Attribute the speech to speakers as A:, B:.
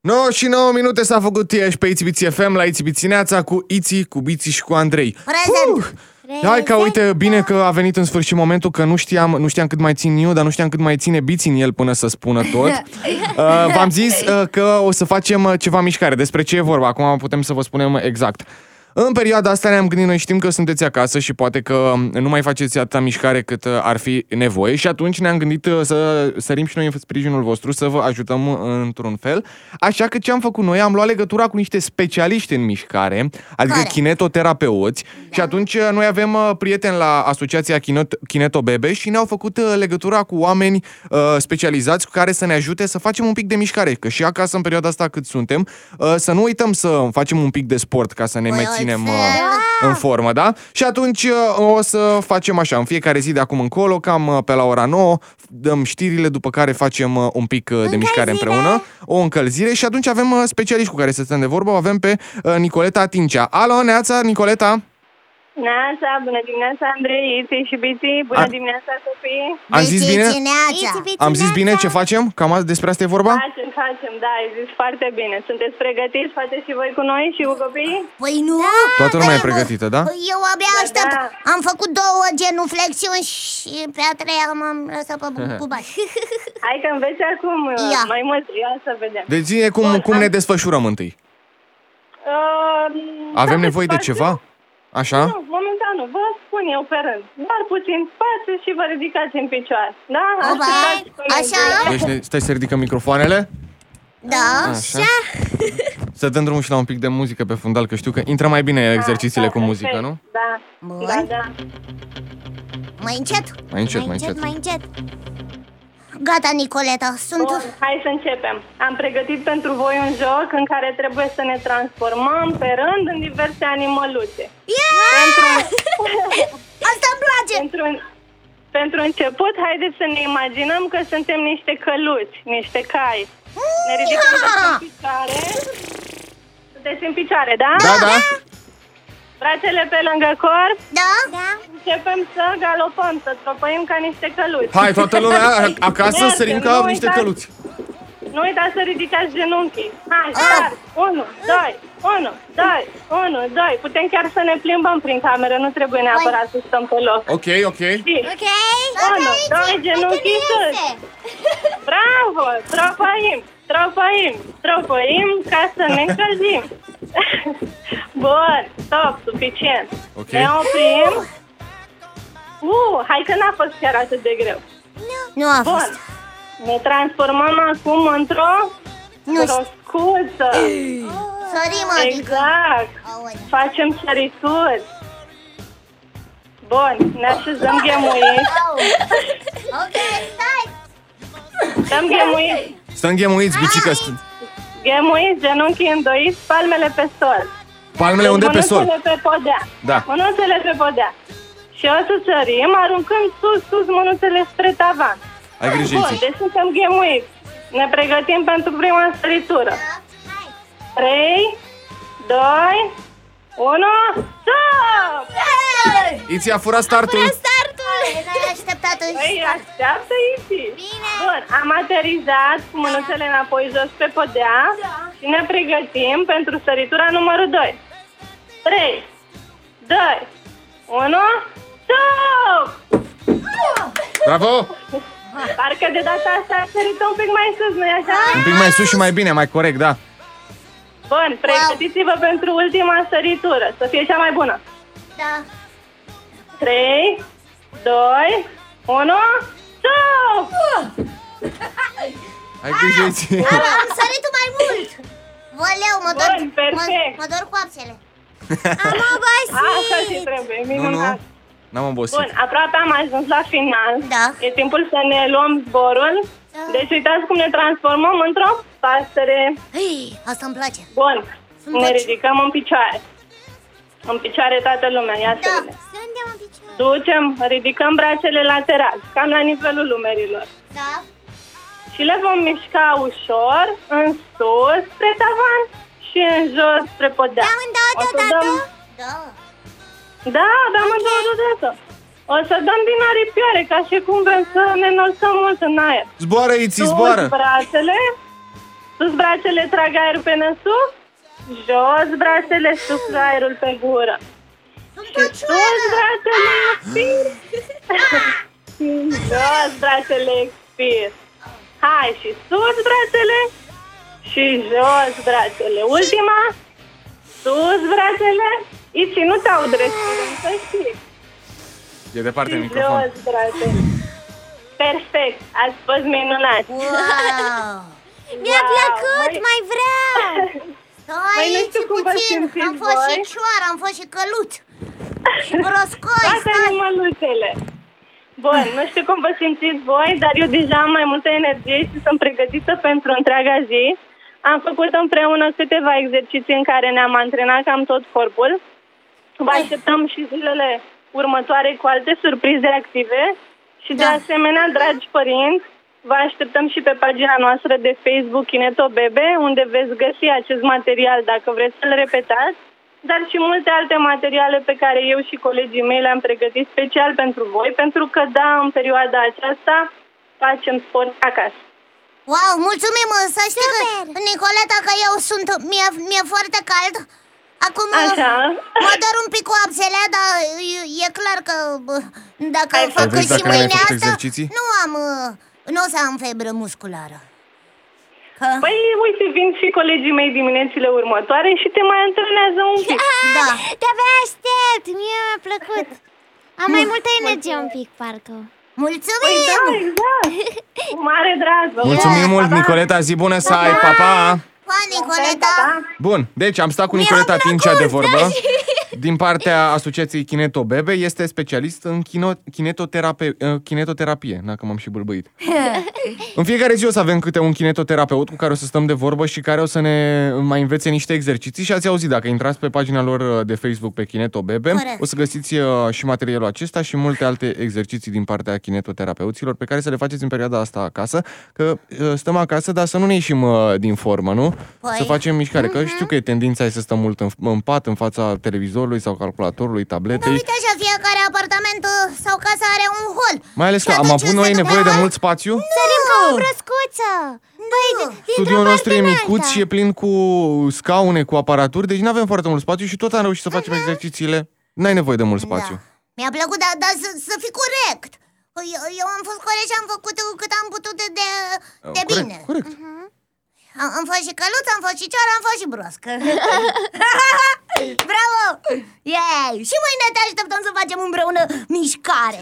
A: 9 și 9 minute s-a făcut Tieș pe Itzibiți FM la Itzibiți Neața cu Iți, cu Biții și cu Andrei.
B: Prezent.
A: Hai că
B: Prezent,
A: uite, bine
B: da.
A: că a venit în sfârșit momentul că nu știam, nu știam cât mai țin eu, dar nu știam cât mai ține biții în el până să spună tot. Uh, v-am zis uh, că o să facem uh, ceva mișcare. Despre ce e vorba? Acum putem să vă spunem exact. În perioada asta ne-am gândit, noi știm că sunteți acasă și poate că um, nu mai faceți atâta mișcare cât uh, ar fi nevoie și atunci ne-am gândit uh, să sărim și noi în sprijinul vostru, să vă ajutăm uh, într-un fel. Așa că ce am făcut noi, am luat legătura cu niște specialiști în mișcare, adică
B: Corect.
A: kinetoterapeuți și atunci uh, noi avem uh, prieteni la Asociația Kinet- Kineto Bebe și ne-au făcut uh, legătura cu oameni uh, specializați cu care să ne ajute să facem un pic de mișcare, că și acasă în perioada asta cât suntem, uh, să nu uităm să facem un pic de sport ca să ne mai
B: Băiuță!
A: ținem uh, în formă, da? Și atunci uh, o să facem așa, în fiecare zi de acum încolo, cam uh, pe la ora 9, dăm știrile, după care facem uh, un pic uh, de mișcare împreună, o încălzire și atunci avem uh, specialiști cu care să stăm de vorbă, o avem pe uh, Nicoleta Tincea. Alo, Neața, Nicoleta!
C: Neața, bună dimineața, Andrei, Iți și Biții, bună
A: Ar-
C: dimineața, Sofie.
A: Am zis
B: Biții,
A: bine?
B: Cineața.
A: Am zis bine ce facem? Cam a- despre asta e vorba?
C: Facem, facem, da, ai zis foarte bine. Sunteți pregătiți, faceți și voi cu noi și cu copiii?
B: Păi nu.
A: Toată lumea e
B: păi,
A: pregătită, da?
B: păi Eu abia aștept.
C: da.
B: Am făcut două genuflexiuni și pe a treia m-am lăsat pe bu- bubaș.
C: Hai că înveți acum
B: Ia.
C: ia. mai mult, ia să vedem.
A: Deci zine cum, cum ne desfășurăm întâi.
C: Uh,
A: Avem
C: stați
A: nevoie de
C: spațiu?
A: ceva? Așa?
C: deci, Nu, momentan nu, vă spun eu pe rând. Doar puțin spațiu și vă ridicați în picioare. Da?
B: Opa,
C: Așteptați până
B: așa?
C: vă-
A: Deci ne, stai să ridicăm microfoanele?
B: Da.
A: Așa. Să dăm drumul și la un pic de muzică pe fundal, că știu că intră mai bine exercițiile
C: Da,
A: cu muzică,
C: perfect.
A: nu?
C: Da,
B: Bun.
C: da, da.
B: Mai încet?
A: Mai încet, mai încet.
B: Mai încet. Gata, Nicoleta, sunt...
C: Bun, hai să începem. Am pregătit pentru voi un joc în care trebuie să ne transformăm pe rând în diverse animăluțe.
B: Yeah! Asta îmi place!
C: Pentru, pentru început, haideți să ne imaginăm că suntem niște căluți, niște cai. Ne ridicăm toți în picioare. Sunteți în picioare, da?
A: Da, da.
C: Brațele pe lângă corp,
B: Da? Da.
C: începem să galopăm, să tropăim ca niște căluți.
A: Hai, toată lumea acasă
C: Mergem,
A: sărim
C: nu
A: ca
C: uitați.
A: niște căluți.
C: Nu uitați să ridicați genunchii.
B: Ah!
C: Hai, start! 1, 2, 1, 2, 1, 2. Putem chiar să ne plimbăm prin cameră, nu trebuie neapărat să stăm pe loc.
A: Ok, ok.
C: Și
B: Ok.
C: Unu, doi, genunchi sus. Bravo! Tropăim, tropăim, tropăim ca să ne încălzim. Bun, stop, suficient.
A: Ok.
C: Ne oprim. Uh, hai că n-a fost chiar atât de greu.
B: Nu a
C: Bun.
B: fost.
C: Ne transformăm acum într-o
B: Nu știu.
C: roscuță.
B: Sărim, adică.
C: Exact.
B: Aoleu.
C: Facem sărituri. Bun, ne așezăm ghemuit.
B: Ok, stai!
C: Stăm ghemuit.
A: Stăm ghemuiți, bicică. st-
C: Ghemuiți, genunchii îndoiți, palmele pe sol.
A: Palmele unde pe sol?
C: Mânuțele pe podea.
A: Da.
C: Mânuțele pe podea. Și o să sărim aruncând sus, sus mânuțele spre tavan.
A: Ai grijă,
C: Bun,
A: Iți.
C: deci suntem ghemuiți. Ne pregătim pentru prima săritură.
B: Da,
C: 3, 2, 1, stop!
A: Iți a furat startul.
B: Startul! N-ai așteptat în
C: Păi, așteaptă Iti.
B: Bine.
C: Bun, am aterizat cu mânuțele înapoi jos pe podea și ne pregătim pentru săritura numărul 2. 3, 2, 1, stop!
A: Bravo!
C: Parcă de data asta a sărit un pic mai sus, nu-i așa?
A: Un pic mai sus și mai bine, mai corect, da.
C: Bun, pregătiți-vă pentru ultima săritură, să fie cea mai bună.
B: Da.
C: 3, 2, 1, stop!
A: Ai grijă, Iți.
B: Am, Da. am sărit mai mult! Voleu, mă dor,
C: Bun, perfect.
B: mă, mă dor coapsele. Am obosit!
C: Așa și trebuie,
A: Nu,
C: minunat.
A: nu. N-am
C: Bun,
A: obosit.
C: aproape am ajuns la final.
B: Da.
C: E timpul să ne luăm zborul.
B: Da.
C: Deci uitați cum ne transformăm într-o pasăre.
B: Hei, asta îmi place.
C: Bun,
B: Sunt
C: ne
B: aici.
C: ridicăm în picioare. În picioare toată lumea, ia să
B: Da.
C: vedem.
B: Suntem în picioare.
C: Ducem, ridicăm brațele lateral, cam la nivelul umerilor.
B: Da.
C: Și le vom mișca ușor în sus spre tavan și în jos spre podea. Da. O să dăm-
B: Da.
C: Da, dăm în două deodată. O să dăm din aripioare, ca și cum vrem să ne înălțăm mult în aer.
A: Zboară, Iți,
C: Sus
A: zboară.
C: brațele Sus brațele, trag aerul pe năsus. Jos brațele, suflu aerul pe gură.
B: Îmi
C: Sus
B: păcioară!
C: brațele, expir. Jos brațele, expir. Hai și sus brațele și jos brațele. Ultima. Sus brațele. Ici, nu te aud respirând, să știi.
A: E departe
C: Și
A: microfon.
C: jos brațele. Perfect, ați fost minunat.
B: Wow!
C: Wow,
B: Mi-a plăcut,
C: mai-
B: mai vreau! Stai
C: Mai nu
B: aici
C: știu cum vă
B: puțin,
C: simțiți
B: am fost și
C: voi.
B: cioară, am fost și căluț. Și broscoi,
C: Toate
B: stai!
C: animăluțele. Bun, nu știu cum vă simțiți voi, dar eu deja am mai multă energie și sunt pregătită pentru întreaga zi. Am făcut împreună câteva exerciții în care ne-am antrenat cam tot corpul. Vă așteptăm și zilele următoare cu alte surprize active. Și de
B: Da.
C: asemenea, dragi părinți, vă așteptăm și pe pagina noastră de Facebook Kineto Bebe, unde veți găsi acest material dacă vreți să-l repetați dar și multe alte materiale pe care eu și colegii mei le-am pregătit special pentru voi, pentru că, da, în perioada aceasta facem sport acasă.
B: Wow, mulțumim! uh, Să știi că, Nicoleta, că eu sunt... Mi-e, mi-e foarte cald. Acum uh,
C: Așa.
B: mă dor un pic cu abzelea, dar e- e clar că bă, dacă
C: Ai
B: fac
A: făcut- Vezi
B: și
A: dacă n-ai
B: mâine
A: făcut
B: asta,
A: exerciții?
B: nu am... uh, Nu o să am febră musculară. Că...
C: Păi, uite, vin și colegii mei diminețile următoare și te mai antrenează un pic.
B: Da.
D: De-abia aștept, mie mi-a plăcut. Am mai multă energie un pic, parcă.
C: Păi,
B: Mulțumim!
C: da, exact. Cu mare drag. vă
A: Mulțumim
B: Da,
A: mult, Nicoleta, zi bună să ai, pa, pa!
B: Pa, Nicoleta!
C: Pa, pa.
A: Bun, deci am stat cu Nicoleta Tincea de
B: da,
A: vorbă. Din partea Asociației Kineto Bebe, este specialist în kino, kinetoterape, eh, kinetoterapie, na, că m-am și bâlbâit. în fiecare zi o să avem câte un kinetoterapeut cu care o să stăm de vorbă și care o să ne mai învețe niște exerciții și ați auzit, dacă intrați pe pagina lor eh, de Facebook pe Kineto Bebe,
B: Corect.
A: o să găsiți eh, și materialul acesta și multe alte exerciții din partea kinetoterapeuților pe care să le faceți în perioada asta acasă, că eh, stăm acasă, dar să nu ne ieșim eh, din formă, nu?
B: Păi.
A: Să facem mișcare, că știu că e tendința e să stăm mult în, în pat, în fața televizorului sau calculatorului,
B: Da,
A: tabletei.
B: uite așa, fiecare apartament uh, sau casă are un hol.
A: Mai ales
B: Și
A: că am
B: atunci
A: avut
B: se
A: noi
B: duc
A: nevoie
B: la
A: de
B: hol.
A: mult spațiu.
D: Sărim ca o brăscuță. Băi,
B: Nu.
D: d- dintr-o
A: Studiul nostru
D: parte
A: e
D: în
A: micuț
D: alta.
A: și e plin cu scaune, cu aparaturi, deci nu avem foarte mult spațiu și tot am reușit să facem exercițiile. N-ai nevoie de mult spațiu.
B: Mhm. Da. Mi-a plăcut, dar, dar să, să fii corect. Eu, eu am fost corect și am făcut cât am putut de, de, de
A: Oh, corect,
B: bine.
A: corect.
B: Am, am fost și căluț, am fost și cioară, am fost și broscă. Bravo! Yay! Și mâine te așteptăm să facem împreună mișcare.